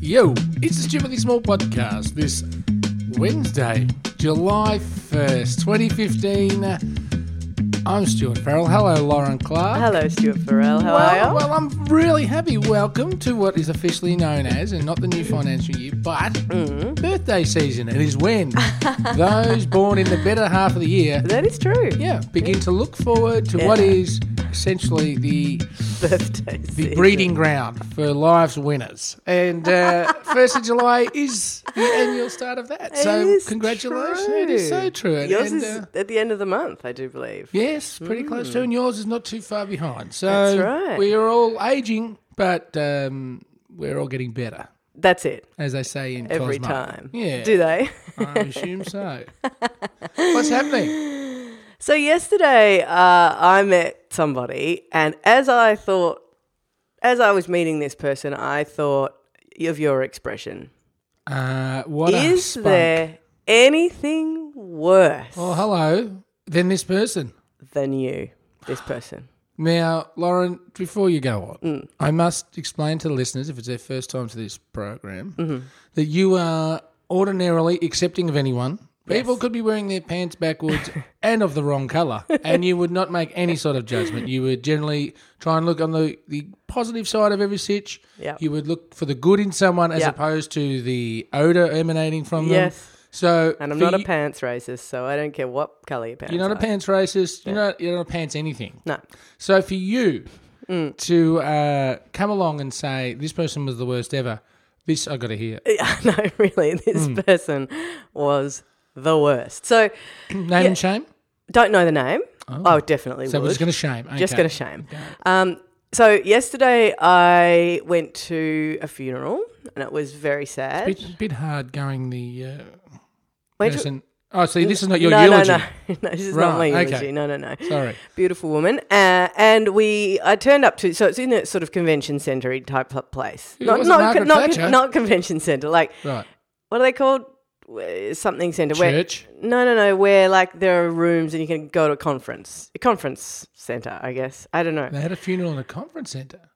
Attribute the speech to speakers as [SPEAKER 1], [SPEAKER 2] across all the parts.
[SPEAKER 1] Yo, it's the Stupidly Small Podcast this Wednesday, July 1st, 2015. I'm Stuart Farrell. Hello, Lauren Clark.
[SPEAKER 2] Hello, Stuart Farrell. How
[SPEAKER 1] well,
[SPEAKER 2] are you?
[SPEAKER 1] well, I'm really happy. Welcome to what is officially known as, and not the new financial year, but
[SPEAKER 2] Mm.
[SPEAKER 1] birthday season. It is when those born in the better half of the year,
[SPEAKER 2] that is true.
[SPEAKER 1] yeah, begin to look forward to what
[SPEAKER 2] Yeah.
[SPEAKER 1] is essentially the
[SPEAKER 2] Birthday
[SPEAKER 1] the
[SPEAKER 2] season.
[SPEAKER 1] breeding ground for life's winners. And uh, 1st of July is the annual start of that.
[SPEAKER 2] It
[SPEAKER 1] so,
[SPEAKER 2] is
[SPEAKER 1] congratulations.
[SPEAKER 2] true.
[SPEAKER 1] It is so true. And,
[SPEAKER 2] Yours
[SPEAKER 1] and,
[SPEAKER 2] is
[SPEAKER 1] uh,
[SPEAKER 2] at the end of the month, I do believe.
[SPEAKER 1] yes, pretty close to. And yours is not too far behind. So,
[SPEAKER 2] That's right.
[SPEAKER 1] we are all aging, but um, we're all getting better,
[SPEAKER 2] That's it.
[SPEAKER 1] as they say in
[SPEAKER 2] Every
[SPEAKER 1] Cosmo.
[SPEAKER 2] time.
[SPEAKER 1] Yeah.
[SPEAKER 2] Do they?
[SPEAKER 1] I assume so. What's happening?
[SPEAKER 2] so yesterday, uh, I met somebody, and as I thought, as I was meeting this person, I thought of your expression.
[SPEAKER 1] Uh, what a
[SPEAKER 2] is
[SPEAKER 1] spunk.
[SPEAKER 2] there anything worse
[SPEAKER 1] Oh, hello. Then this person.
[SPEAKER 2] than you, this person?
[SPEAKER 1] Now, Lauren, before you go on,
[SPEAKER 2] Mm.
[SPEAKER 1] I must explain to the listeners, if it's their first time to this program,
[SPEAKER 2] Mm-hmm.
[SPEAKER 1] that you are ordinarily accepting of anyone. People could be wearing their pants backwards and of the wrong colour, and you would not make any sort of judgment. You would generally try and look on the, the positive side of every sitch.
[SPEAKER 2] Yep.
[SPEAKER 1] You would look for the good in someone as
[SPEAKER 2] Yep.
[SPEAKER 1] opposed to the odour emanating from them.
[SPEAKER 2] Yes.
[SPEAKER 1] So,
[SPEAKER 2] And I'm
[SPEAKER 1] for
[SPEAKER 2] not a
[SPEAKER 1] you-
[SPEAKER 2] pants racist, so I don't care what color your pants
[SPEAKER 1] You're not
[SPEAKER 2] are.
[SPEAKER 1] a pants racist. You're not. You're not a pants anything.
[SPEAKER 2] No.
[SPEAKER 1] So for you
[SPEAKER 2] Mm.
[SPEAKER 1] to uh, come along and say this person was the worst ever, this I got to hear.
[SPEAKER 2] Yeah, no, really, this
[SPEAKER 1] Hmm.
[SPEAKER 2] person was the worst. So,
[SPEAKER 1] Name and shame. Oh,
[SPEAKER 2] don't know the name. I would definitely
[SPEAKER 1] So we're
[SPEAKER 2] would.
[SPEAKER 1] just going to shame. Okay.
[SPEAKER 2] Oh, Just gonna shame. Um, so yesterday I went to a funeral and it was very sad.
[SPEAKER 1] Bit, bit hard going the uh,
[SPEAKER 2] Went to-
[SPEAKER 1] person. Oh, see, this is not your
[SPEAKER 2] no,
[SPEAKER 1] eulogy.
[SPEAKER 2] no, no, no, this is not my
[SPEAKER 1] Right,
[SPEAKER 2] eulogy.
[SPEAKER 1] okay.
[SPEAKER 2] No, no, no.
[SPEAKER 1] Sorry.
[SPEAKER 2] Beautiful woman. Uh, and we, I turned up to, so it's in a sort of convention centre type pl- place.
[SPEAKER 1] It
[SPEAKER 2] Not,
[SPEAKER 1] wasn't
[SPEAKER 2] not,
[SPEAKER 1] Margaret
[SPEAKER 2] con- not,
[SPEAKER 1] Thatcher.
[SPEAKER 2] con- not convention centre, like,
[SPEAKER 1] Right.
[SPEAKER 2] what are they called? Uh, Something centre. Where,
[SPEAKER 1] Church.
[SPEAKER 2] no, no, no, where like there are rooms and you can go to a conference, a conference centre, I guess. I don't know.
[SPEAKER 1] They had a funeral in a conference centre.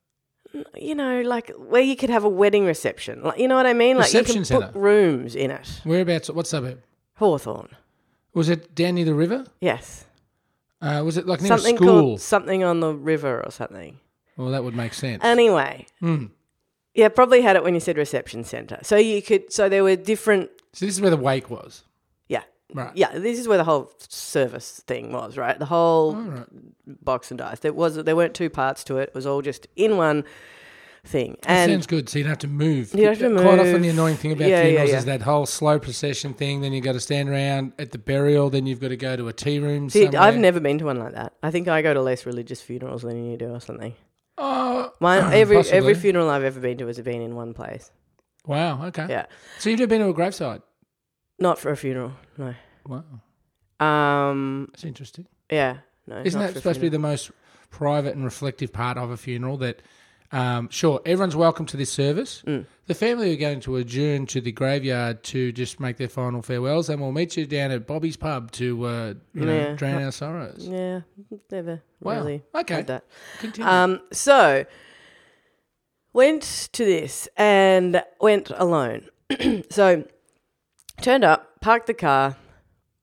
[SPEAKER 2] You know, like where you could have a wedding reception. Like, you know what I mean? Like
[SPEAKER 1] Reception
[SPEAKER 2] you can
[SPEAKER 1] centre.
[SPEAKER 2] book rooms in it.
[SPEAKER 1] Whereabouts? What suburb?
[SPEAKER 2] Hawthorne.
[SPEAKER 1] Was it down near the river?
[SPEAKER 2] Yes.
[SPEAKER 1] Uh, was it like near
[SPEAKER 2] Something
[SPEAKER 1] a school?
[SPEAKER 2] called something on the river or something.
[SPEAKER 1] well, that would make sense.
[SPEAKER 2] Um, Anyway.
[SPEAKER 1] Mm.
[SPEAKER 2] Yeah, probably had it when you said reception centre. So you could, so there were different,
[SPEAKER 1] so this is where the wake was.
[SPEAKER 2] yeah.
[SPEAKER 1] Right.
[SPEAKER 2] Yeah, this is where the whole service thing was, right? The whole
[SPEAKER 1] All right.
[SPEAKER 2] box and dice. There was there weren't two parts to it. It was all just in one thing.
[SPEAKER 1] That
[SPEAKER 2] And
[SPEAKER 1] sounds good. So you don't have to move.
[SPEAKER 2] You don't have to
[SPEAKER 1] Quite often,
[SPEAKER 2] move.
[SPEAKER 1] the annoying thing about
[SPEAKER 2] Yeah, yeah,
[SPEAKER 1] funerals is
[SPEAKER 2] yeah.
[SPEAKER 1] that whole slow procession thing. Then you've got to stand around at the burial. Then you've got to go to a tea room.
[SPEAKER 2] See,
[SPEAKER 1] somewhere.
[SPEAKER 2] I've never been to one like that. I think I go to less religious funerals than you do, or something.
[SPEAKER 1] Oh,
[SPEAKER 2] Mine every
[SPEAKER 1] Possibly.
[SPEAKER 2] every funeral I've ever been to has been in one place.
[SPEAKER 1] wow. Okay.
[SPEAKER 2] Yeah,
[SPEAKER 1] So you've never been to a graveside?
[SPEAKER 2] not for a funeral. No.
[SPEAKER 1] Wow.
[SPEAKER 2] Um.
[SPEAKER 1] That's interesting.
[SPEAKER 2] Yeah. No.
[SPEAKER 1] Isn't
[SPEAKER 2] not
[SPEAKER 1] that
[SPEAKER 2] for a
[SPEAKER 1] supposed to be the most private and reflective part of a funeral? That, um, sure, everyone's welcome to this service.
[SPEAKER 2] Mm.
[SPEAKER 1] The family are going to adjourn to the graveyard to just make their final farewells, and we'll meet you down at Bobby's pub to uh, you know,
[SPEAKER 2] Yeah.
[SPEAKER 1] drown our sorrows.
[SPEAKER 2] funeral. Yeah. Never
[SPEAKER 1] Wow.
[SPEAKER 2] really.
[SPEAKER 1] Okay.
[SPEAKER 2] Had that.
[SPEAKER 1] Continue.
[SPEAKER 2] Um. So went to this and went alone. so turned up, parked the car,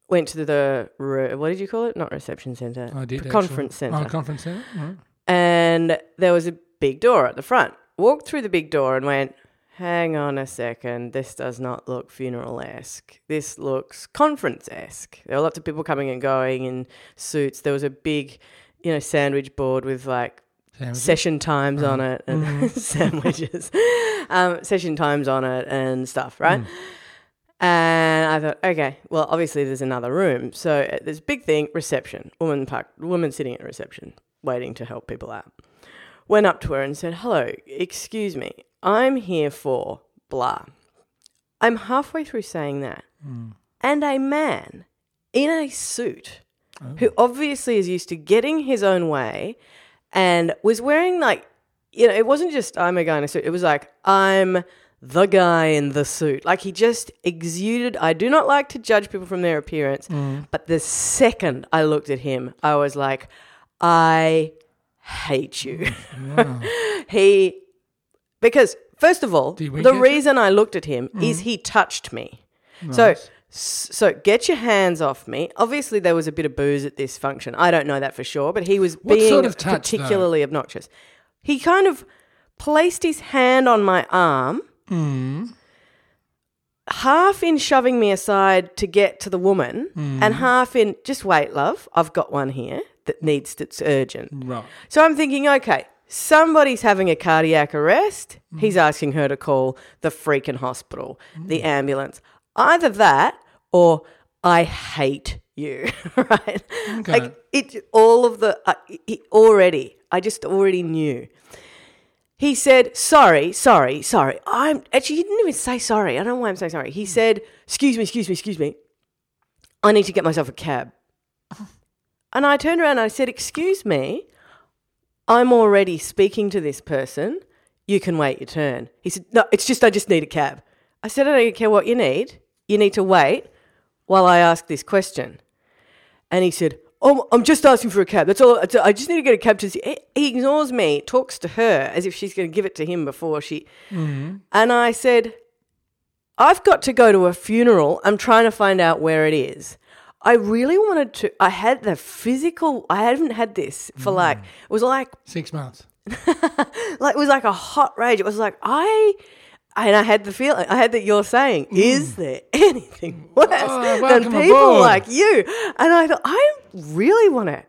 [SPEAKER 2] went to the re- what did you call it? Not reception center.
[SPEAKER 1] I did actually.
[SPEAKER 2] conference centre.
[SPEAKER 1] Oh, conference centre. Right.
[SPEAKER 2] and there was a big door at the front. Walked through the big door and went, hang on a second, this does not look funeral esque. This looks conference esque. There were lots of people coming and going in suits. There was a big, you know, sandwich board with like
[SPEAKER 1] Sandwiches.
[SPEAKER 2] session times on it and sandwiches, um, session times on it and stuff, right? And I thought, okay, well, obviously there's another room. So uh, there's a big thing reception, woman parked, woman sitting at reception, waiting to help people out. Went up to her and said, hello, excuse me, I'm here for blah. I'm halfway through saying that. And a man in a suit who obviously is used to getting his own way and was wearing like you know it wasn't just i'm a guy in a suit it was like i'm the guy in the suit like he just exuded i do not like to judge people from their appearance but the second i looked at him i was like i hate you he because First of all,
[SPEAKER 1] you wink
[SPEAKER 2] the
[SPEAKER 1] at
[SPEAKER 2] reason I looked at him is he touched me. So so get your hands off me. Obviously there was a bit of booze at this function. I don't know that for sure, but he was
[SPEAKER 1] What
[SPEAKER 2] being
[SPEAKER 1] sort of touch, though?
[SPEAKER 2] particularly obnoxious. He kind of placed his hand on my arm,
[SPEAKER 1] Hmm.
[SPEAKER 2] half in shoving me aside to get to the woman, and
[SPEAKER 1] Hmm.
[SPEAKER 2] half in just wait, love. I've got one here that needs that's urgent.
[SPEAKER 1] Right.
[SPEAKER 2] So I'm thinking, okay, somebody's having a cardiac arrest. He's asking her to call the freaking hospital, the ambulance. Either that or I hate you, right? Like it all of the uh, he- already. I just already knew. He said, "Sorry, sorry, sorry." I'm actually he didn't even say sorry. I don't know why I'm saying sorry. He said, "Excuse me, excuse me, excuse me. I need to get myself a cab." And I turned around and I said, "Excuse me, I'm already speaking to this person. You can wait your turn. He said, No, it's just, I just need a cab. I said, I don't care what you need. You need to wait while I ask this question. And he said, Oh, I'm just asking for a cab. That's all. that's all. I just need to get a cab to see. He- He ignores me, talks to her as if she's going to give it to him before she. And I said, I've got to go to a funeral. I'm trying to find out where it is. I really wanted to. I had the physical. I haven't had this for like, it was like
[SPEAKER 1] Six months.
[SPEAKER 2] like it was like a hot rage. It was like I and I had the feeling I had that you're saying, is there anything worse than
[SPEAKER 1] Mm. Oh, welcome
[SPEAKER 2] people
[SPEAKER 1] aboard.
[SPEAKER 2] like you? And I thought, I really want to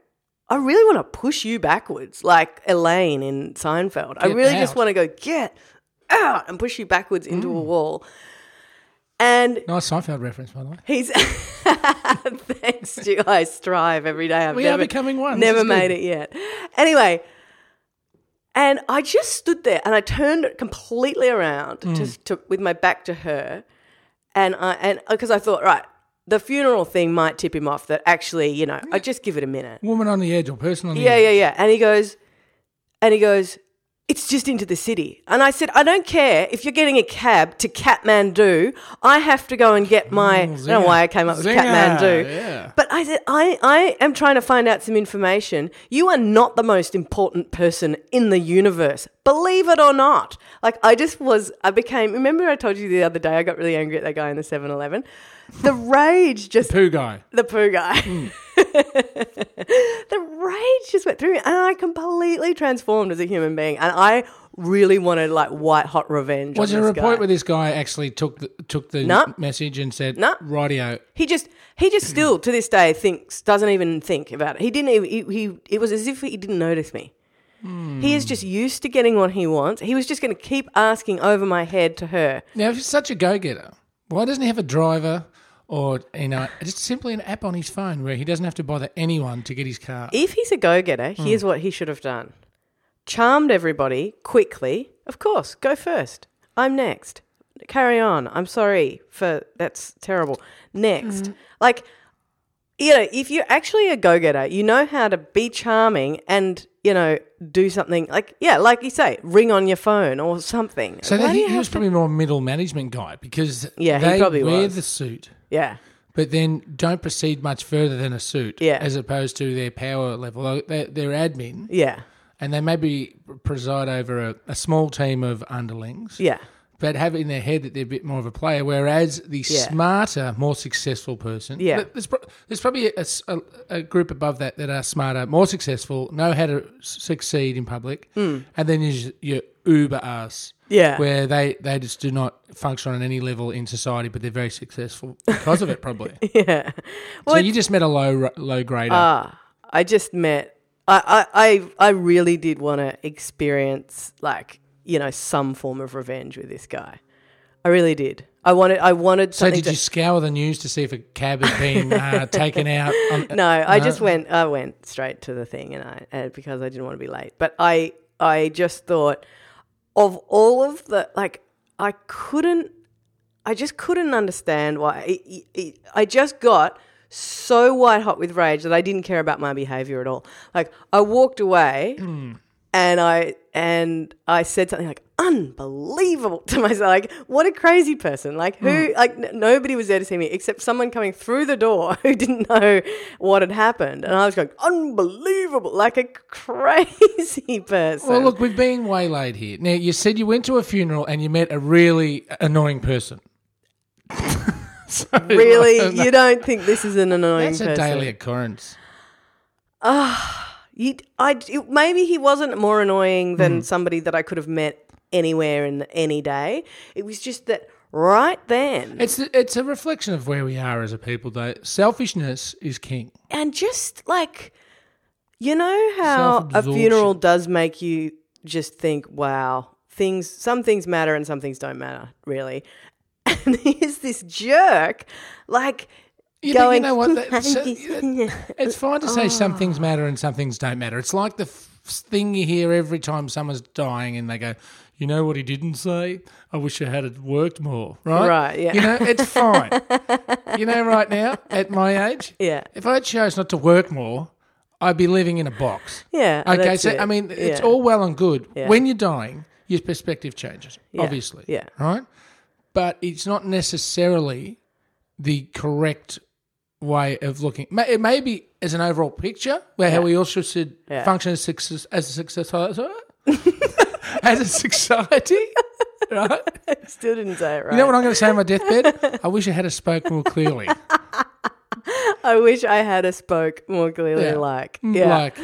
[SPEAKER 2] I really want to push you backwards, like Elaine in Seinfeld. I
[SPEAKER 1] Get
[SPEAKER 2] really just
[SPEAKER 1] out. Mm.
[SPEAKER 2] want to go, get out and push you backwards into a wall. And
[SPEAKER 1] Nice Seinfeld reference, by the way.
[SPEAKER 2] He's thanks to I strive every day. I've
[SPEAKER 1] We
[SPEAKER 2] never,
[SPEAKER 1] are becoming one. This
[SPEAKER 2] Never
[SPEAKER 1] is good.
[SPEAKER 2] made it yet. Anyway, and I just stood there and I turned completely around
[SPEAKER 1] Mm.
[SPEAKER 2] just to, with my back to her, and I and because I thought right. The funeral thing might tip him off that actually, you know, I just give it a minute.
[SPEAKER 1] Woman on the edge or person on the
[SPEAKER 2] Yeah,
[SPEAKER 1] edge.
[SPEAKER 2] yeah, yeah. And he goes, and he goes, it's just into the city. And I said, I don't care if you're getting a cab to Kathmandu. I have to go and get my. I don't know
[SPEAKER 1] zinger.
[SPEAKER 2] why I came up with
[SPEAKER 1] Mm, Zinger,
[SPEAKER 2] Kathmandu.
[SPEAKER 1] yeah.
[SPEAKER 2] But I said, I, I am trying to find out some information. You are not the most important person in the universe, believe it or not. Like, I just was, I became, remember I told you the other day I got really angry at that guy in the 7 Eleven? The rage just
[SPEAKER 1] Poo guy.
[SPEAKER 2] the poo guy.
[SPEAKER 1] Hmm.
[SPEAKER 2] the rage just went through me, and I completely transformed as a human being. And I really wanted like white hot revenge.
[SPEAKER 1] Was
[SPEAKER 2] on
[SPEAKER 1] there
[SPEAKER 2] this
[SPEAKER 1] a point
[SPEAKER 2] guy.
[SPEAKER 1] where this guy actually took the, took the
[SPEAKER 2] No.
[SPEAKER 1] message and said,
[SPEAKER 2] No.
[SPEAKER 1] "Rightio,
[SPEAKER 2] he just he just still to this day thinks doesn't even think about it. He didn't even he, he it was as if he didn't notice me.
[SPEAKER 1] Hmm.
[SPEAKER 2] He is just used to getting what he wants. He was just going to keep asking over my head to her.
[SPEAKER 1] Now, if he's such a go-getter, why doesn't he have a driver or you know just simply an app on his phone where he doesn't have to bother anyone to get his car?
[SPEAKER 2] If he's a go getter,
[SPEAKER 1] Hmm.
[SPEAKER 2] here's what he should have done charmed everybody quickly. Of course, go first. I'm next. Carry on. I'm sorry for that's terrible. Next.
[SPEAKER 1] Hmm.
[SPEAKER 2] Like, you know, if you're actually a go getter, you know how to be charming and, you know, do something like, yeah, like you say, ring on your phone or something.
[SPEAKER 1] so
[SPEAKER 2] Why
[SPEAKER 1] that
[SPEAKER 2] do
[SPEAKER 1] he,
[SPEAKER 2] you
[SPEAKER 1] he was
[SPEAKER 2] have to-
[SPEAKER 1] probably more middle management guy because
[SPEAKER 2] Yeah, he
[SPEAKER 1] they
[SPEAKER 2] probably
[SPEAKER 1] wear
[SPEAKER 2] was.
[SPEAKER 1] the suit,
[SPEAKER 2] yeah.
[SPEAKER 1] but then don't proceed much further than a suit,
[SPEAKER 2] Yeah.
[SPEAKER 1] as opposed to their power level. Like, They're, they're admin,
[SPEAKER 2] Yeah.
[SPEAKER 1] and they maybe preside over a, a small team of underlings.
[SPEAKER 2] Yeah.
[SPEAKER 1] but have it in their head that they're a bit more of a player. Whereas the
[SPEAKER 2] Yeah.
[SPEAKER 1] smarter, more successful person,
[SPEAKER 2] Yeah.
[SPEAKER 1] Th- there's, pro- there's probably a, s- a- a group above that that are smarter, more successful, know how to s- succeed in public, and then there's your uber ass,
[SPEAKER 2] Hmm. Yeah.
[SPEAKER 1] where they they just do not function on any level in society, but they're very successful because of it, probably.
[SPEAKER 2] Yeah.
[SPEAKER 1] so you just met a low r- low grader.
[SPEAKER 2] Ah, I just met. I, I, I I really did want to experience like you know some form of revenge with this guy. I really did. I wanted. I wanted
[SPEAKER 1] so
[SPEAKER 2] something.
[SPEAKER 1] did you scour the news to see if a cab had been uh, taken out? On,
[SPEAKER 2] to, no, I just went. I went straight to the thing, and I and because I didn't want to be late. But I I just thought of all of the like I couldn't. I just couldn't understand why. It- it- it- I just got
[SPEAKER 1] Hmm.
[SPEAKER 2] so white hot with rage that I didn't care about my behavior at all. Like I walked away and I and I said something like unbelievable to myself, like what a crazy person, like who,
[SPEAKER 1] Hmm.
[SPEAKER 2] like n- nobody was there to see me except someone coming through the door who didn't know what had happened, and I was going unbelievable, like a crazy person.
[SPEAKER 1] Well, look, we've been waylaid here. Now, you said you went to a funeral and you met a really annoying person. So,
[SPEAKER 2] really, you don't think this is an annoying
[SPEAKER 1] That's
[SPEAKER 2] person?
[SPEAKER 1] a daily occurrence.
[SPEAKER 2] You, I, it- maybe he wasn't more annoying than
[SPEAKER 1] Hmm.
[SPEAKER 2] somebody that I could have met anywhere in any day. It was just that right then,
[SPEAKER 1] It's it's a reflection of where we are as a people, though. Selfishness is king.
[SPEAKER 2] and just like, you know how a
[SPEAKER 1] Self-absorption.
[SPEAKER 2] funeral does make you just think, wow, things, some things matter and some things don't matter, really. And here's this jerk, like
[SPEAKER 1] You, know, you
[SPEAKER 2] going.
[SPEAKER 1] know what? That's- it's fine to say some things matter and some things don't matter. It's like the f- thing you hear every time someone's dying and they go, you know what he didn't say? I wish I had it worked more, right?
[SPEAKER 2] Right, yeah.
[SPEAKER 1] You know, it's fine. you know, right now, at my age,
[SPEAKER 2] yeah,
[SPEAKER 1] if I chose not to work more, I'd be living in a box.
[SPEAKER 2] yeah.
[SPEAKER 1] Okay,
[SPEAKER 2] Oh, that's
[SPEAKER 1] so
[SPEAKER 2] it.
[SPEAKER 1] I mean, it's
[SPEAKER 2] Yeah.
[SPEAKER 1] all well and good.
[SPEAKER 2] Yeah.
[SPEAKER 1] When you're dying, your perspective changes,
[SPEAKER 2] Yeah.
[SPEAKER 1] obviously.
[SPEAKER 2] Yeah.
[SPEAKER 1] Right? But it's not necessarily the correct way of looking. Ma- It may be as an overall picture, where how we also should
[SPEAKER 2] Yeah.
[SPEAKER 1] function as, success, as a society. as a society, right?
[SPEAKER 2] Still didn't say it right.
[SPEAKER 1] You know what I'm going to say on my deathbed? I wish I had a spoke more clearly.
[SPEAKER 2] I wish I had a spoke more clearly
[SPEAKER 1] Yeah. Mm,
[SPEAKER 2] like. Yeah.
[SPEAKER 1] Like,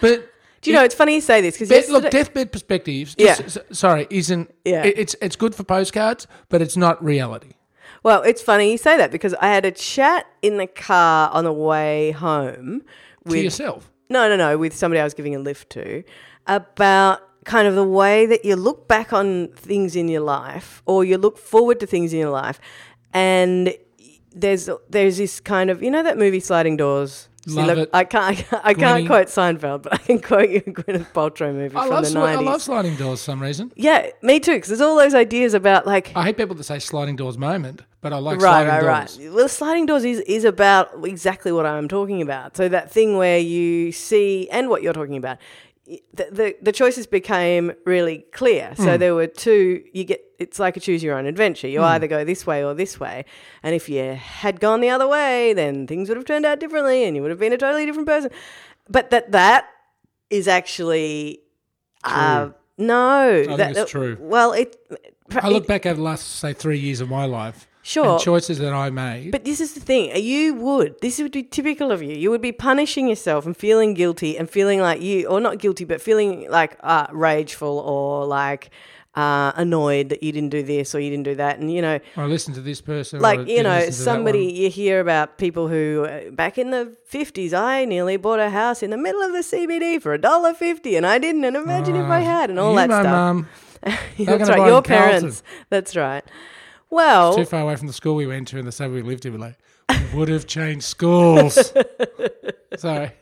[SPEAKER 1] but
[SPEAKER 2] Do you know, it's funny you say this because
[SPEAKER 1] Bed, look,
[SPEAKER 2] yesterday-
[SPEAKER 1] deathbed perspectives.
[SPEAKER 2] Yeah.
[SPEAKER 1] s- s- sorry, isn't.
[SPEAKER 2] Yeah.
[SPEAKER 1] it- it's it's good for postcards, but it's not reality.
[SPEAKER 2] well, it's funny you say that because I had a chat in the car on the way home
[SPEAKER 1] To
[SPEAKER 2] with
[SPEAKER 1] yourself,
[SPEAKER 2] no, no, no, with somebody I was giving a lift to about kind of the way that you look back on things in your life or you look forward to things in your life, and there's there's this kind of you know that movie Sliding Doors. See,
[SPEAKER 1] Love it.
[SPEAKER 2] I can't. I can't
[SPEAKER 1] Gwyneth.
[SPEAKER 2] quote Seinfeld, but I can quote you a Gwyneth Paltrow movie
[SPEAKER 1] I
[SPEAKER 2] from
[SPEAKER 1] love
[SPEAKER 2] the
[SPEAKER 1] sli- I
[SPEAKER 2] nineties.
[SPEAKER 1] love sliding doors. For some reason,
[SPEAKER 2] Yeah, me too. Because there's all those ideas about like
[SPEAKER 1] I hate people that say sliding doors moment, but I like
[SPEAKER 2] right,
[SPEAKER 1] sliding
[SPEAKER 2] right,
[SPEAKER 1] doors.
[SPEAKER 2] right. Well, sliding doors is is about exactly what I'm talking about. So that thing where you see and what you're talking about, the the, the choices became really clear.
[SPEAKER 1] Hmm.
[SPEAKER 2] So there were two. You get it's like a choose your own adventure. You either go this way or this way, and if you had gone the other way, then things would have turned out differently, and you would have been a totally different person. But that that is actually. Uh, no, I
[SPEAKER 1] think it's true.
[SPEAKER 2] Well, it.
[SPEAKER 1] I look back at the last say three years of my life,
[SPEAKER 2] Sure.
[SPEAKER 1] and choices that I made.
[SPEAKER 2] But this is the thing. uh, You would. This would be typical of you. You would be punishing yourself and feeling guilty and feeling like you, or not guilty, but feeling like uh, rageful or like uh, annoyed that you didn't do this or you didn't do that. And, you know,
[SPEAKER 1] I listened to this person, or I
[SPEAKER 2] like, you
[SPEAKER 1] didn't
[SPEAKER 2] know,
[SPEAKER 1] listen to that one.
[SPEAKER 2] somebody you hear about people who uh, back in the 50s, I nearly bought a house in the middle of the CBD for a dollar fifty, and I didn't. And imagine if I had and all
[SPEAKER 1] Ah, you,
[SPEAKER 2] that
[SPEAKER 1] my
[SPEAKER 2] stuff.
[SPEAKER 1] mum, They're
[SPEAKER 2] That's
[SPEAKER 1] gonna
[SPEAKER 2] right.
[SPEAKER 1] buy
[SPEAKER 2] Your
[SPEAKER 1] in Carlton.
[SPEAKER 2] parents. That's right. Well,
[SPEAKER 1] too far away from the school we went to and the suburb we lived in, we're like, we would have changed schools. Sorry.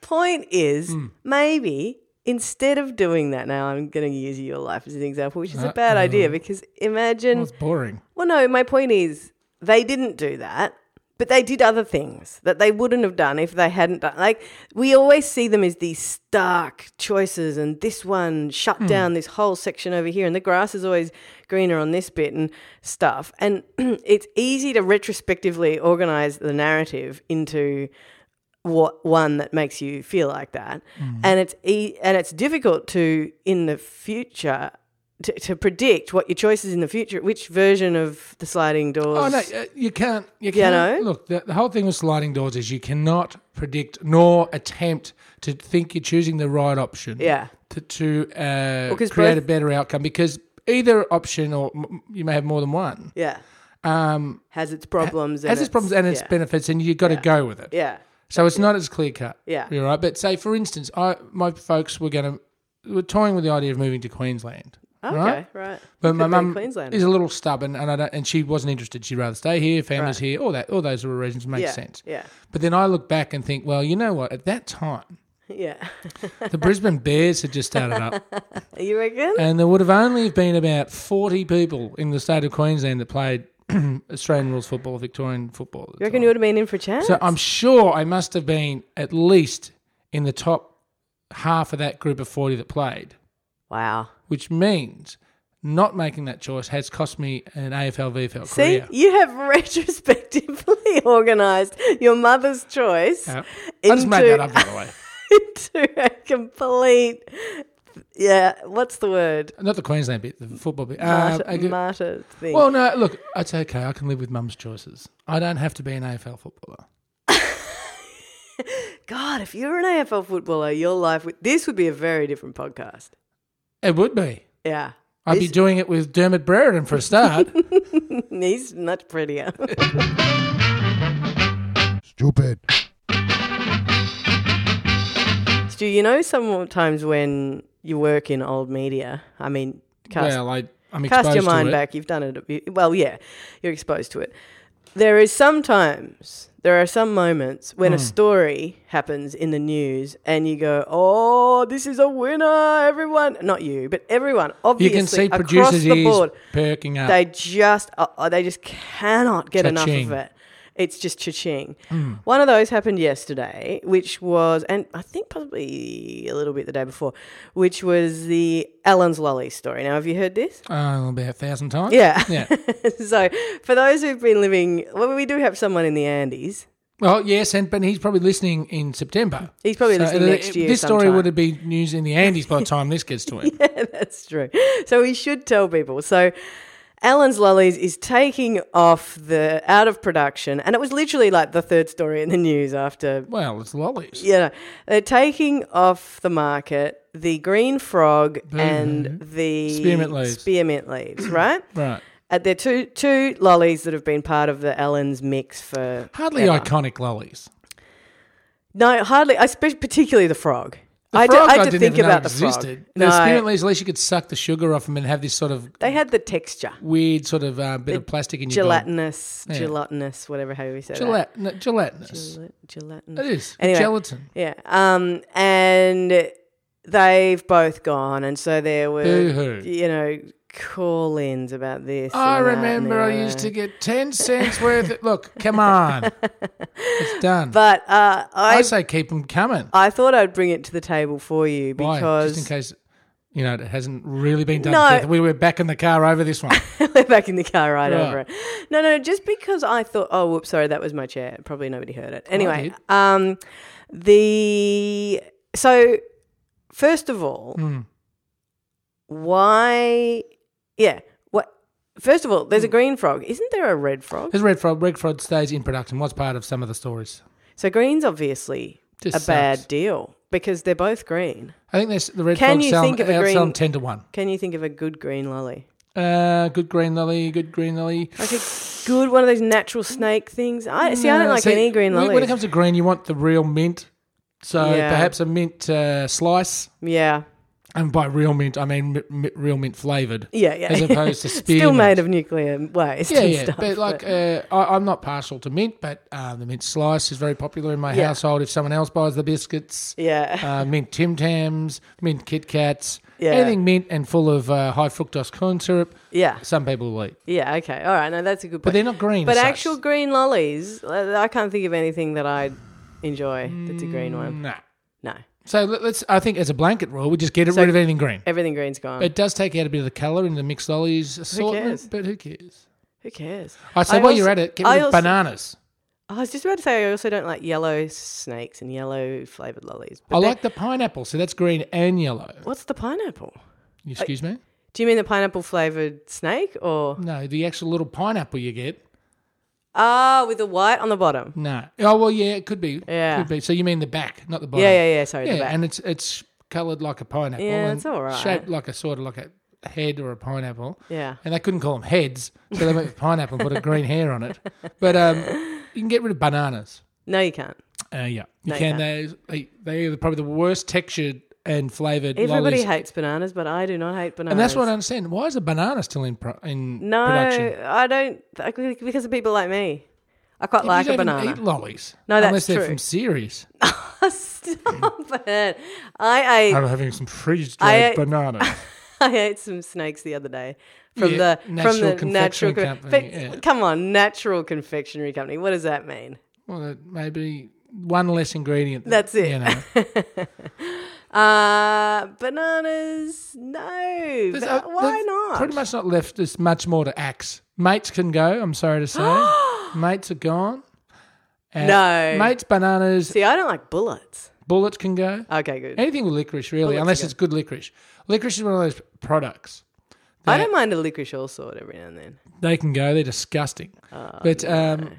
[SPEAKER 2] point is maybe instead of doing that now i'm going to use your life as an example which is a bad idea because imagine
[SPEAKER 1] It's boring.
[SPEAKER 2] well no my point is they didn't do that but they did other things that they wouldn't have done if they hadn't done like we always see them as these stark choices and this one shut down this whole section over here and the grass is always greener on this bit and stuff and it's easy to retrospectively organize the narrative into what one that makes you feel like that
[SPEAKER 1] Mm.
[SPEAKER 2] and it's e- and it's difficult to in the future to, to predict what your choices in the future which version of the sliding doors
[SPEAKER 1] Oh no, uh, you can't. You can't.
[SPEAKER 2] know?
[SPEAKER 1] Look, the, the whole thing with sliding doors is you cannot predict nor attempt to think you're choosing the right option.
[SPEAKER 2] Yeah.
[SPEAKER 1] To, to uh,
[SPEAKER 2] 'cause
[SPEAKER 1] create a
[SPEAKER 2] both-
[SPEAKER 1] better outcome because either option or m- you may have more than one
[SPEAKER 2] yeah
[SPEAKER 1] um,
[SPEAKER 2] has its problems and
[SPEAKER 1] has its problems and its
[SPEAKER 2] yeah.
[SPEAKER 1] benefits, and you've got to go with it.
[SPEAKER 2] yeah
[SPEAKER 1] So it's not as clear cut.
[SPEAKER 2] Yeah.
[SPEAKER 1] You're right. But say for instance, I my folks were going to were toying with the idea of moving to Queensland.
[SPEAKER 2] okay
[SPEAKER 1] Right?
[SPEAKER 2] right,
[SPEAKER 1] But my
[SPEAKER 2] be
[SPEAKER 1] mum
[SPEAKER 2] Queenslander.
[SPEAKER 1] is a little stubborn, and I don't, and she wasn't interested. She'd rather stay here, family's here, all that, all those were reasons make
[SPEAKER 2] yeah
[SPEAKER 1] sense.
[SPEAKER 2] yeah
[SPEAKER 1] But then I look back and think, well, you know what? At that time,
[SPEAKER 2] yeah
[SPEAKER 1] the Brisbane Bears had just started up,
[SPEAKER 2] you reckon
[SPEAKER 1] and there would have only have been about forty people in the state of Queensland that played Australian rules football, Victorian football. at the
[SPEAKER 2] you reckon
[SPEAKER 1] time.
[SPEAKER 2] you would have been in for a chance
[SPEAKER 1] So I'm sure I must have been at least in the top half of that group of 40 that played,
[SPEAKER 2] Wow.
[SPEAKER 1] which means not making that choice has cost me an AFL VFL
[SPEAKER 2] See,
[SPEAKER 1] career.
[SPEAKER 2] you have retrospectively organised your mother's choice
[SPEAKER 1] Yeah. I just
[SPEAKER 2] into,
[SPEAKER 1] made that up, by the way.
[SPEAKER 2] into a complete, yeah, what's the word?
[SPEAKER 1] Not the Queensland bit, the football bit. Uh,
[SPEAKER 2] Martyr,
[SPEAKER 1] I go-
[SPEAKER 2] martyr thing.
[SPEAKER 1] well, no, look, it's okay. I can live with mum's choices. I don't have to be an AFL footballer.
[SPEAKER 2] God, if you were an AFL footballer, your life would, this would be a very different podcast.
[SPEAKER 1] It would be.
[SPEAKER 2] Yeah.
[SPEAKER 1] I'd be
[SPEAKER 2] This-
[SPEAKER 1] doing it with Dermot Brereton for a start.
[SPEAKER 2] He's much prettier.
[SPEAKER 3] Stupid.
[SPEAKER 2] Stu, you know sometimes when you work in old media, I mean, cast,
[SPEAKER 1] well, I, I'm exposed
[SPEAKER 2] cast your
[SPEAKER 1] to
[SPEAKER 2] mind
[SPEAKER 1] it.
[SPEAKER 2] back. You've done it. a bit- Well, yeah, you're exposed to it. There is sometimes, there are some moments when
[SPEAKER 1] Hmm.
[SPEAKER 2] a story happens in the news and you go, oh, this is a winner. Everyone, not you, but everyone,
[SPEAKER 1] You
[SPEAKER 2] obviously,
[SPEAKER 1] can see
[SPEAKER 2] across
[SPEAKER 1] producers'
[SPEAKER 2] the
[SPEAKER 1] ears
[SPEAKER 2] board,
[SPEAKER 1] perking up.
[SPEAKER 2] they just uh, uh, they just cannot get enough
[SPEAKER 1] Cha-ching. Hmm.
[SPEAKER 2] of it. It's just cha-ching. One of those happened yesterday, which was, and I think probably a little bit the day before, which was the Ellen's Lolly story. Now, have you heard this?
[SPEAKER 1] Oh, about a thousand times.
[SPEAKER 2] Yeah.
[SPEAKER 1] Yeah.
[SPEAKER 2] so, for those who've been living, well, we do have someone in the Andes.
[SPEAKER 1] Well, yes, and but he's probably listening in September. uh,
[SPEAKER 2] He's probably listening next year
[SPEAKER 1] This story
[SPEAKER 2] sometime.
[SPEAKER 1] would have been news in the Andes by the time this gets to him.
[SPEAKER 2] That's true. So we should tell people. So Alan's Lollies is taking off the out of production, and it was literally like the third story in the news after
[SPEAKER 1] Well, it's lollies.
[SPEAKER 2] Yeah, they're taking off the market the green frog and the
[SPEAKER 1] Mm-hmm. Spearmint leaves.
[SPEAKER 2] spearmint leaves, right?
[SPEAKER 1] Right.
[SPEAKER 2] Uh, they're two two lollies that have been part of the Ellen's mix for
[SPEAKER 1] Hardly
[SPEAKER 2] ever.
[SPEAKER 1] iconic lollies.
[SPEAKER 2] no, hardly. I spe- particularly the frog.
[SPEAKER 1] The
[SPEAKER 2] I, d-
[SPEAKER 1] frog
[SPEAKER 2] I had to
[SPEAKER 1] didn't
[SPEAKER 2] think
[SPEAKER 1] even know
[SPEAKER 2] about the
[SPEAKER 1] existed.
[SPEAKER 2] frog. No,
[SPEAKER 1] The
[SPEAKER 2] I-
[SPEAKER 1] spirit leaves, at least you could suck the sugar off them and have this sort of
[SPEAKER 2] they had the texture,
[SPEAKER 1] weird sort of uh, bit of plastic in your gelatin.
[SPEAKER 2] gelatinous,
[SPEAKER 1] Yeah.
[SPEAKER 2] gelatinous, whatever how you say that.
[SPEAKER 1] Gelatin- gelatinous.
[SPEAKER 2] Gel-
[SPEAKER 1] It
[SPEAKER 2] Gelatinous.
[SPEAKER 1] is.
[SPEAKER 2] Anyway.
[SPEAKER 1] Gelatin.
[SPEAKER 2] Yeah. Um. And they've both gone, and so there were.
[SPEAKER 1] Boo hoo.
[SPEAKER 2] you know, call ins about this.
[SPEAKER 1] I
[SPEAKER 2] and that and the
[SPEAKER 1] remember I
[SPEAKER 2] other.
[SPEAKER 1] used to get 10 cents worth. Of, look, come on. It's done.
[SPEAKER 2] But uh,
[SPEAKER 1] I
[SPEAKER 2] I,
[SPEAKER 1] say keep them coming.
[SPEAKER 2] I thought I'd bring it to the table for you
[SPEAKER 1] Why? Just in
[SPEAKER 2] because
[SPEAKER 1] case, you know, it hasn't really been done.
[SPEAKER 2] No.
[SPEAKER 1] to death. We were back in the car over this one.
[SPEAKER 2] we're back in the car right,
[SPEAKER 1] Right.
[SPEAKER 2] over it. No, no, just because I thought, oh, whoops, sorry, that was my chair. Probably nobody heard it. Anyway, um, the so first of all,
[SPEAKER 1] Hmm.
[SPEAKER 2] why? Yeah, what? First of all, there's
[SPEAKER 1] Hmm.
[SPEAKER 2] a green frog. Isn't there a red frog?
[SPEAKER 1] There's Red Frog. Red Frog stays in production. What's part of some of the stories?
[SPEAKER 2] So green's obviously
[SPEAKER 1] Just
[SPEAKER 2] a bad
[SPEAKER 1] sucks.
[SPEAKER 2] deal because they're both green.
[SPEAKER 1] I think there's the Red
[SPEAKER 2] Can
[SPEAKER 1] Frog
[SPEAKER 2] you
[SPEAKER 1] sell,
[SPEAKER 2] think of a
[SPEAKER 1] outsell
[SPEAKER 2] green-
[SPEAKER 1] 'em 10 to 1.
[SPEAKER 2] Can you think of a good green lolly?
[SPEAKER 1] Uh, good green lily, good green lily.
[SPEAKER 2] Like a good one of those natural snake things. I see. I don't
[SPEAKER 1] No,
[SPEAKER 2] like
[SPEAKER 1] Uh, see,
[SPEAKER 2] any green
[SPEAKER 1] when-
[SPEAKER 2] lollies.
[SPEAKER 1] When it comes to green, you want the real mint. So
[SPEAKER 2] Yeah.
[SPEAKER 1] perhaps a mint uh, slice.
[SPEAKER 2] yeah,
[SPEAKER 1] And by real mint, I mean m- m- real mint flavoured.
[SPEAKER 2] yeah, yeah.
[SPEAKER 1] As opposed to
[SPEAKER 2] Still
[SPEAKER 1] spearmint.
[SPEAKER 2] made of nuclear waste.
[SPEAKER 1] Yeah,
[SPEAKER 2] and
[SPEAKER 1] yeah,
[SPEAKER 2] Stuff,
[SPEAKER 1] but like uh, I, I'm not partial to mint, but uh, the mint slice is very popular in my
[SPEAKER 2] Yeah.
[SPEAKER 1] household. If someone else buys the biscuits,
[SPEAKER 2] yeah,
[SPEAKER 1] uh, mint Tim Tams, mint Kit Kats,
[SPEAKER 2] Yeah.
[SPEAKER 1] anything mint and full of uh, high fructose corn syrup,
[SPEAKER 2] yeah,
[SPEAKER 1] some people will eat.
[SPEAKER 2] yeah. Okay, all right. No, that's a good
[SPEAKER 1] But
[SPEAKER 2] point.
[SPEAKER 1] they're not green.
[SPEAKER 2] But
[SPEAKER 1] as such.
[SPEAKER 2] actual green lollies, uh, I can't think of anything that I enjoy that's a green one.
[SPEAKER 1] Nah.
[SPEAKER 2] No,
[SPEAKER 1] So let- let's. I think as a blanket rule, we just get rid of anything green.
[SPEAKER 2] everything green's gone.
[SPEAKER 1] It does take out a bit of the colour in the mixed lollies assortment,
[SPEAKER 2] um, cares?
[SPEAKER 1] but who cares?
[SPEAKER 2] Who cares?
[SPEAKER 1] I say
[SPEAKER 2] I
[SPEAKER 1] while
[SPEAKER 2] also-
[SPEAKER 1] you're at it, get
[SPEAKER 2] I
[SPEAKER 1] rid of
[SPEAKER 2] also-
[SPEAKER 1] bananas.
[SPEAKER 2] I was just about to say I also don't like yellow snakes and yellow flavored lollies. But
[SPEAKER 1] I
[SPEAKER 2] they're-
[SPEAKER 1] like the pineapple, so that's green and yellow.
[SPEAKER 2] What's the pineapple?
[SPEAKER 1] Excuse me.
[SPEAKER 2] Do you mean the pineapple flavored snake or
[SPEAKER 1] No, the actual little pineapple you get.
[SPEAKER 2] ah with the white on the bottom?
[SPEAKER 1] No. Oh well, yeah, it could be.
[SPEAKER 2] Yeah.
[SPEAKER 1] Could be. So you mean the back, not the bottom?
[SPEAKER 2] Yeah, yeah, yeah. Sorry,
[SPEAKER 1] Yeah,
[SPEAKER 2] the back.
[SPEAKER 1] and it's it's coloured like a pineapple.
[SPEAKER 2] Yeah,
[SPEAKER 1] and
[SPEAKER 2] it's all right.
[SPEAKER 1] Shaped like a sort of like a head or a pineapple.
[SPEAKER 2] yeah.
[SPEAKER 1] And they couldn't call them heads, so they went with pineapple and put a green hair on it. But um, you can get rid of bananas.
[SPEAKER 2] No, you can't.
[SPEAKER 1] Uh, yeah, you
[SPEAKER 2] No, you
[SPEAKER 1] can. They they are probably the worst textured and flavoured.
[SPEAKER 2] Everybody
[SPEAKER 1] lollies.
[SPEAKER 2] hates bananas, but I do not hate bananas.
[SPEAKER 1] and that's what I understand. Why is a banana still in pro- in
[SPEAKER 2] No,
[SPEAKER 1] production?
[SPEAKER 2] I don't. I, because of people like me. I quite
[SPEAKER 1] You
[SPEAKER 2] like
[SPEAKER 1] don't
[SPEAKER 2] a
[SPEAKER 1] even
[SPEAKER 2] banana.
[SPEAKER 1] Eat lollies.
[SPEAKER 2] No, that's
[SPEAKER 1] unless they're
[SPEAKER 2] true.
[SPEAKER 1] from Ceres.
[SPEAKER 2] Stop it. I ate,
[SPEAKER 1] I'm having some freeze
[SPEAKER 2] I-
[SPEAKER 1] dried bananas.
[SPEAKER 2] I ate some snakes the other day from
[SPEAKER 1] Yeah,
[SPEAKER 2] the from
[SPEAKER 1] natural
[SPEAKER 2] the natural
[SPEAKER 1] confectionery
[SPEAKER 2] confe-
[SPEAKER 1] company, yeah.
[SPEAKER 2] Come on, natural confectionery company. What does that mean?
[SPEAKER 1] well, that maybe one less ingredient. that,
[SPEAKER 2] That's it.
[SPEAKER 1] You know.
[SPEAKER 2] Uh, bananas, no.
[SPEAKER 1] There's-
[SPEAKER 2] Ba-
[SPEAKER 1] uh,
[SPEAKER 2] why
[SPEAKER 1] there's
[SPEAKER 2] not?
[SPEAKER 1] Pretty much not left us much more to axe. Mates can go. I'm sorry to say, mates are gone. And
[SPEAKER 2] No.
[SPEAKER 1] mates, bananas,
[SPEAKER 2] See, I don't like bullets.
[SPEAKER 1] bullets can go.
[SPEAKER 2] Okay, good.
[SPEAKER 1] Anything with licorice, really,
[SPEAKER 2] Bullets
[SPEAKER 1] unless
[SPEAKER 2] are
[SPEAKER 1] it's good licorice. Licorice is one of those products.
[SPEAKER 2] I don't mind a licorice all sort every now and then.
[SPEAKER 1] They can go. They're disgusting. but um,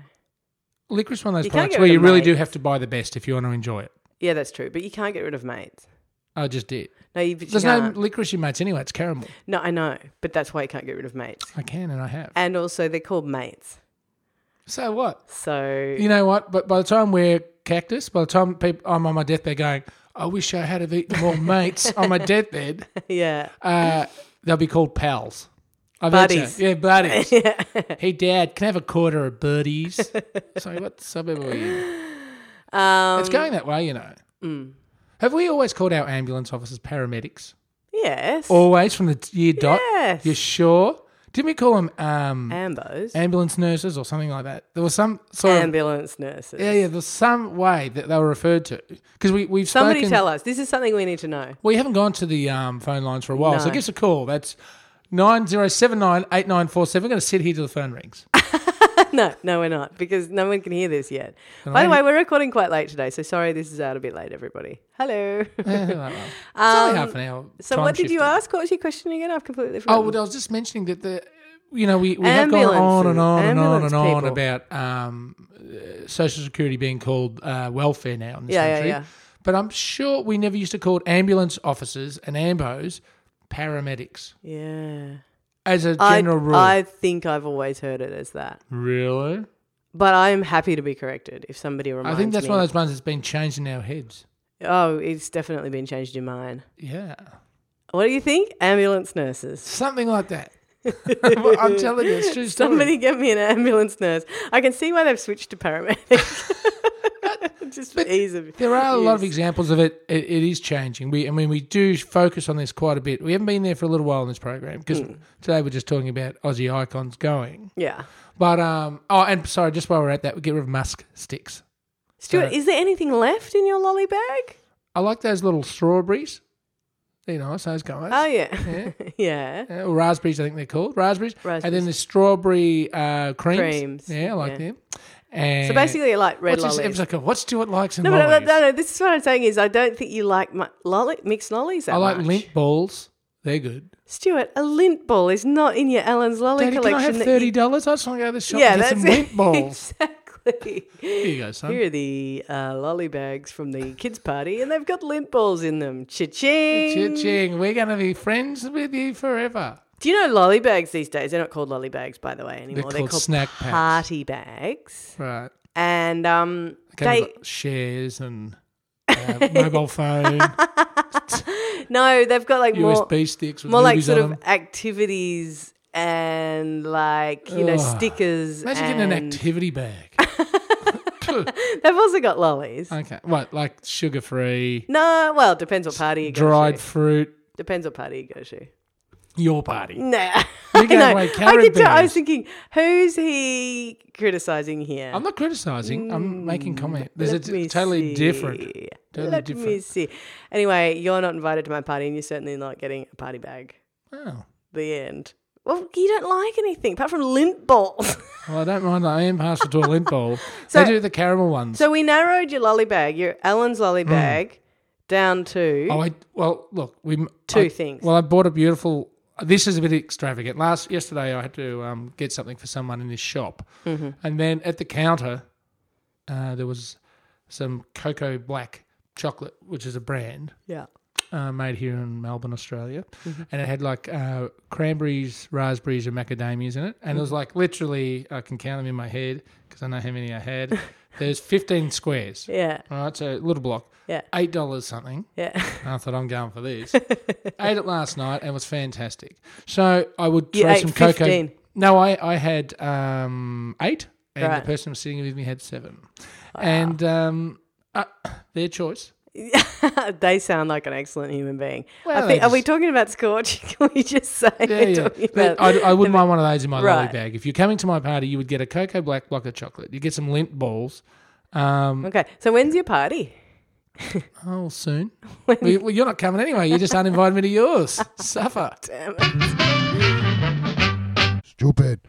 [SPEAKER 1] licorice is one of those
[SPEAKER 2] Oh, You can't
[SPEAKER 1] products
[SPEAKER 2] get
[SPEAKER 1] where
[SPEAKER 2] rid
[SPEAKER 1] you
[SPEAKER 2] of
[SPEAKER 1] really
[SPEAKER 2] mates.
[SPEAKER 1] do have to buy the best if you want to enjoy it.
[SPEAKER 2] Yeah, that's true. But you can't get rid of mates.
[SPEAKER 1] I just did.
[SPEAKER 2] No, you, but you
[SPEAKER 1] There's
[SPEAKER 2] can't.
[SPEAKER 1] no licorice in mates anyway. It's caramel.
[SPEAKER 2] No, I know, but that's why you can't get rid of mates.
[SPEAKER 1] I can and I have.
[SPEAKER 2] And also, they're called mates.
[SPEAKER 1] So what?
[SPEAKER 2] So
[SPEAKER 1] You know what? But by the time we're cactus, by the time peop I'm on my deathbed going, I wish I had have eaten more mates on my deathbed,
[SPEAKER 2] yeah,
[SPEAKER 1] uh, they'll be called pals. I've heard so.
[SPEAKER 2] Buddies.
[SPEAKER 1] Yeah, buddies. Hey, Dad, can I have a quarter of birdies? Sorry, what suburb are you in?
[SPEAKER 2] um, mm.
[SPEAKER 1] It's going that way, you know. Have we always called our ambulance officers paramedics?
[SPEAKER 2] yes,
[SPEAKER 1] Always from the t- year dot?
[SPEAKER 2] yes,
[SPEAKER 1] You sure? Didn't we call them um,
[SPEAKER 2] ambos,
[SPEAKER 1] ambulance nurses or something like that? There was some sort of
[SPEAKER 2] ambulance nurses.
[SPEAKER 1] Yeah, yeah. There's some way that they were referred to because we we've
[SPEAKER 2] Somebody
[SPEAKER 1] spoken,
[SPEAKER 2] tell us. This is something we need to know.
[SPEAKER 1] We haven't gone to the um, phone lines for a while, so
[SPEAKER 2] No.
[SPEAKER 1] give us a call. That's nine zero seven nine eight nine four seven. We're going to sit here till the phone rings.
[SPEAKER 2] No, no, we're not because no one can hear this yet. By the way, we're recording quite late today, so sorry this is out a bit late, everybody. Hello. Um,
[SPEAKER 1] it's only half an hour.
[SPEAKER 2] so,
[SPEAKER 1] time
[SPEAKER 2] what did you
[SPEAKER 1] shifted.
[SPEAKER 2] ask? What was your question again? I've completely
[SPEAKER 1] Oh,
[SPEAKER 2] forgotten.
[SPEAKER 1] well, I was just mentioning that the you know we, we have gone on and on and on and on
[SPEAKER 2] Ambulances.
[SPEAKER 1] about um, uh, social security being called uh, welfare now in this
[SPEAKER 2] Yeah, yeah,
[SPEAKER 1] country.
[SPEAKER 2] yeah.
[SPEAKER 1] But I'm sure we never used to call ambulance officers and ambos paramedics
[SPEAKER 2] yeah.
[SPEAKER 1] as a
[SPEAKER 2] I,
[SPEAKER 1] general rule.
[SPEAKER 2] I think I've always heard it as that,
[SPEAKER 1] Really?
[SPEAKER 2] but I'm happy to be corrected if somebody
[SPEAKER 1] I
[SPEAKER 2] reminds
[SPEAKER 1] think that's
[SPEAKER 2] me.
[SPEAKER 1] one of those ones that's been changed in our heads.
[SPEAKER 2] Oh, it's definitely been changed in mine.
[SPEAKER 1] Yeah.
[SPEAKER 2] What do you think? Ambulance nurses.
[SPEAKER 1] Something like that. I'm telling you, it's true story.
[SPEAKER 2] Somebody get me an ambulance nurse. I can see why they've switched to paramedic. Just for ease of
[SPEAKER 1] there are a lot of
[SPEAKER 2] use.
[SPEAKER 1] examples of it. it. It is changing. We, I mean, we do focus on this quite a bit. We haven't been there for a little while in this program because
[SPEAKER 2] Hmm.
[SPEAKER 1] today we're just talking about Aussie icons going.
[SPEAKER 2] Yeah.
[SPEAKER 1] But um, oh, and sorry, just while we're at that, we get rid of musk sticks.
[SPEAKER 2] Stuart,
[SPEAKER 1] So-
[SPEAKER 2] is there anything left in your lolly bag?
[SPEAKER 1] I like those little strawberries. They're nice, those guys.
[SPEAKER 2] Oh yeah. Yeah.
[SPEAKER 1] Yeah, or raspberries, I think they're called raspberries. And then
[SPEAKER 2] Raspberries.
[SPEAKER 1] the strawberry uh, creams.
[SPEAKER 2] Creams,
[SPEAKER 1] Yeah, I like
[SPEAKER 2] yeah.
[SPEAKER 1] them. And
[SPEAKER 2] So basically like red
[SPEAKER 1] what's
[SPEAKER 2] lollies.
[SPEAKER 1] this, it was like a, what Stuart likes and
[SPEAKER 2] no, but
[SPEAKER 1] lollies.
[SPEAKER 2] no, no, no, this is what I'm saying is I don't think you like my, lolly mixed lollies that
[SPEAKER 1] I like
[SPEAKER 2] much.
[SPEAKER 1] lint balls. They're good.
[SPEAKER 2] Stuart, a lint ball is not in your Ellen's lolly
[SPEAKER 1] Daddy, can
[SPEAKER 2] collection.
[SPEAKER 1] I have
[SPEAKER 2] that
[SPEAKER 1] thirty
[SPEAKER 2] you-
[SPEAKER 1] dollars? I just want to go to the shop
[SPEAKER 2] yeah,
[SPEAKER 1] and get
[SPEAKER 2] that's
[SPEAKER 1] some lint balls.
[SPEAKER 2] exactly.
[SPEAKER 1] Here you go, son.
[SPEAKER 2] Here are the uh, lolly bags from the kids' party, and they've got lint balls in them. Cha-ching!
[SPEAKER 1] Ching. We're going to be friends with you forever.
[SPEAKER 2] Do you know lolly bags these days? They're not called lolly bags, by the way, anymore. They're,
[SPEAKER 1] called snack packs.
[SPEAKER 2] party bags,
[SPEAKER 1] Right.
[SPEAKER 2] and um,
[SPEAKER 1] Okay.
[SPEAKER 2] they
[SPEAKER 1] we've got shares and uh, mobile phone,
[SPEAKER 2] no, they've got like more
[SPEAKER 1] USB sticks with
[SPEAKER 2] more like
[SPEAKER 1] movies
[SPEAKER 2] sort
[SPEAKER 1] on
[SPEAKER 2] of
[SPEAKER 1] them.
[SPEAKER 2] activities and like you know
[SPEAKER 1] Ugh.
[SPEAKER 2] stickers.
[SPEAKER 1] Imagine
[SPEAKER 2] and
[SPEAKER 1] getting an activity bag.
[SPEAKER 2] They've also got lollies.
[SPEAKER 1] okay. What? Like sugar free,
[SPEAKER 2] no, well, depends what party you go
[SPEAKER 1] dried
[SPEAKER 2] to.
[SPEAKER 1] fruit,
[SPEAKER 2] Depends what party you go to.
[SPEAKER 1] your party.
[SPEAKER 2] Nah.
[SPEAKER 1] You gave
[SPEAKER 2] I, know.
[SPEAKER 1] away
[SPEAKER 2] I
[SPEAKER 1] carrot
[SPEAKER 2] could tell. I
[SPEAKER 1] berries.
[SPEAKER 2] was thinking, who's he criticizing here?
[SPEAKER 1] I'm not criticizing. I'm making comment. There's a
[SPEAKER 2] Mm, Let me
[SPEAKER 1] t- totally different.
[SPEAKER 2] see.
[SPEAKER 1] totally
[SPEAKER 2] Let me
[SPEAKER 1] different.
[SPEAKER 2] see. Anyway, you're not invited to my party, and you're certainly not getting a party bag.
[SPEAKER 1] Oh.
[SPEAKER 2] The end. Well, you don't like anything apart from lint balls.
[SPEAKER 1] Well, I don't mind. that I am partial to a lint ball.
[SPEAKER 2] So-
[SPEAKER 1] they do the caramel ones.
[SPEAKER 2] so we narrowed your lolly bag, your Ellen's lolly bag, down to
[SPEAKER 1] Mm. oh, I well look. We m-
[SPEAKER 2] two
[SPEAKER 1] I-
[SPEAKER 2] things.
[SPEAKER 1] Well, I bought a beautiful. This is a bit extravagant. Last yesterday, I had to um, get something for someone in this shop,
[SPEAKER 2] Mm-hmm.
[SPEAKER 1] and then at the counter, uh, there was some cocoa black chocolate, which is a brand
[SPEAKER 2] yeah.
[SPEAKER 1] uh, made here in Melbourne, Australia,
[SPEAKER 2] Mm-hmm.
[SPEAKER 1] and it had like uh, cranberries, raspberries, and macadamias in it. And
[SPEAKER 2] Mm-hmm.
[SPEAKER 1] it was like literally, I can count them in my head because I know how many I had. There's 15 squares.
[SPEAKER 2] Yeah.
[SPEAKER 1] All right, so little block,
[SPEAKER 2] Yeah.
[SPEAKER 1] eight dollars something.
[SPEAKER 2] Yeah.
[SPEAKER 1] And I thought I'm going for this. ate it last night and was fantastic. So I would
[SPEAKER 2] You
[SPEAKER 1] throw
[SPEAKER 2] ate
[SPEAKER 1] some cocoa.
[SPEAKER 2] 15.
[SPEAKER 1] No, I I had um, eight, and
[SPEAKER 2] Right.
[SPEAKER 1] the person sitting with me had seven, and um, uh, their choice.
[SPEAKER 2] they sound like an excellent human being.
[SPEAKER 1] Well,
[SPEAKER 2] I think,
[SPEAKER 1] they
[SPEAKER 2] are we
[SPEAKER 1] just-
[SPEAKER 2] talking about scorching? Can we just say
[SPEAKER 1] Yeah,
[SPEAKER 2] we're
[SPEAKER 1] yeah.
[SPEAKER 2] talking
[SPEAKER 1] But
[SPEAKER 2] about-
[SPEAKER 1] I, I wouldn't mind one of those in my lolly
[SPEAKER 2] Right.
[SPEAKER 1] bag. If you're coming to my party, you would get a cocoa black block of chocolate. You get some lint balls. Um,
[SPEAKER 2] Okay, so when's your party?
[SPEAKER 1] Oh, soon. well, you- well, you're not coming anyway. You just aren't inviting me to yours. Suffer.
[SPEAKER 3] Stupid.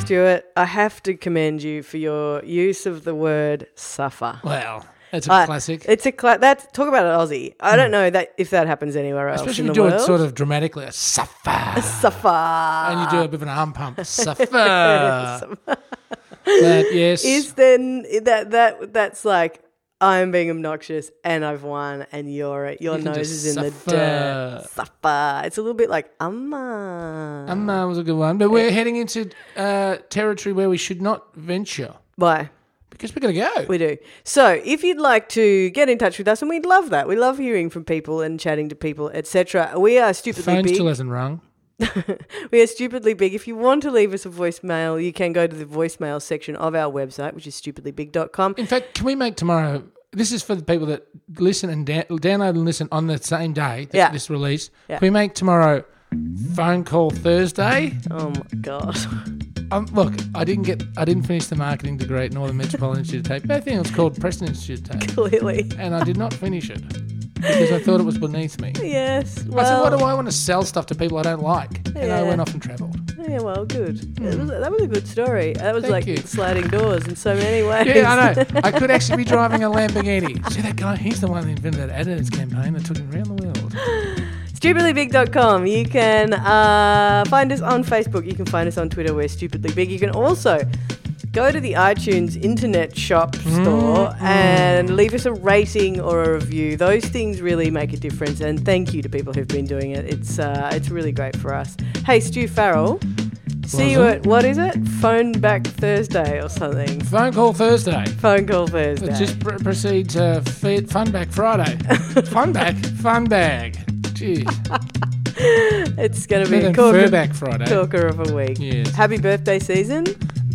[SPEAKER 2] Stuart, I have to commend you for your use of the word suffer.
[SPEAKER 1] Well, that's a
[SPEAKER 2] Uh,
[SPEAKER 1] classic. Hmm.
[SPEAKER 2] It's a cla- that's talk about an Aussie. I don't know that if that happens anywhere else
[SPEAKER 1] Especially
[SPEAKER 2] in
[SPEAKER 1] if you
[SPEAKER 2] the
[SPEAKER 1] do
[SPEAKER 2] world.
[SPEAKER 1] it sort of dramatically. A suffer.
[SPEAKER 2] suffer.
[SPEAKER 1] and you uh, do a bit of an arm pump. Suffer. but yes.
[SPEAKER 2] Is then that that that's like I'm being obnoxious and I've won and your your
[SPEAKER 1] You can
[SPEAKER 2] nose
[SPEAKER 1] just
[SPEAKER 2] is in the dirt.
[SPEAKER 1] suffer.
[SPEAKER 2] Suffer. It's a little bit like umma.
[SPEAKER 1] um, that was a good one. But we're heading into uh, territory where we should not venture
[SPEAKER 2] Bye.
[SPEAKER 1] because we're going to go.
[SPEAKER 2] We do. So if you'd like to get in touch with us, and we'd love that. We love hearing from people and chatting to people, etc. We are stupidly
[SPEAKER 1] Phone
[SPEAKER 2] big.
[SPEAKER 1] still hasn't rung.
[SPEAKER 2] We are stupidly big. If you want to leave us a voicemail, you can go to the voicemail section of our website, which is stupidlybig.com.
[SPEAKER 1] In fact, can we make tomorrow? This is for the people that listen and da- download and listen on the same day that
[SPEAKER 2] Yeah.
[SPEAKER 1] this release.
[SPEAKER 2] Yeah.
[SPEAKER 1] Can we make tomorrow phone call Thursday?
[SPEAKER 2] Oh my god.
[SPEAKER 1] Um, look, I didn't get, I didn't finish the marketing degree at Northern Metropolitan Institute of Tape. I think it was called Preston Institute of Tape,
[SPEAKER 2] Clearly.
[SPEAKER 1] and I did not finish it because I thought it was beneath me.
[SPEAKER 2] Yes.
[SPEAKER 1] I said,
[SPEAKER 2] Well,
[SPEAKER 1] why do I want to sell stuff to people I don't like? And I
[SPEAKER 2] Yeah.
[SPEAKER 1] went off and travelled.
[SPEAKER 2] yeah, well, good. It was, that was a good story. That was
[SPEAKER 1] Thank
[SPEAKER 2] like
[SPEAKER 1] you.
[SPEAKER 2] sliding doors in so many ways.
[SPEAKER 1] Yeah, I know. I could actually be driving a Lamborghini. See that guy? He's the one that invented that AdWords campaign that took him around the world.
[SPEAKER 2] StupidlyBig.com. You can uh, find us on Facebook. You can find us on Twitter. We're Stupidly Big. You can also go to the iTunes internet shop
[SPEAKER 1] Mm-hmm.
[SPEAKER 2] store and leave us a rating or a review. Those things really make a difference. And thank you to people who've been doing it. It's uh, it's really great for us. Hey, Stu Farrell. See you
[SPEAKER 1] Wasn't.
[SPEAKER 2] at what is it? Phone back Thursday or something.
[SPEAKER 1] Phone call Thursday.
[SPEAKER 2] Phone call Thursday.
[SPEAKER 1] Let's just pr- proceed to fe- Fun Bag Friday. fun Bag? Fun Bag. Jeez.
[SPEAKER 2] it's going to
[SPEAKER 1] Better
[SPEAKER 2] be a
[SPEAKER 1] than
[SPEAKER 2] corker,
[SPEAKER 1] Furback Friday.
[SPEAKER 2] corker of a week.
[SPEAKER 1] Yes.
[SPEAKER 2] Happy birthday season.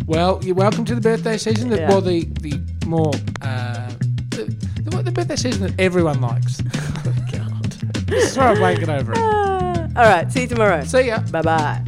[SPEAKER 1] Well, you're welcome to the birthday season. That,
[SPEAKER 2] Yeah.
[SPEAKER 1] Well, the, the more. Uh, the, the, the birthday season that everyone likes. oh, God. Sorry, I'm blanking over it.
[SPEAKER 2] Uh. Ah. All right. See you tomorrow.
[SPEAKER 1] See ya.
[SPEAKER 2] Bye bye.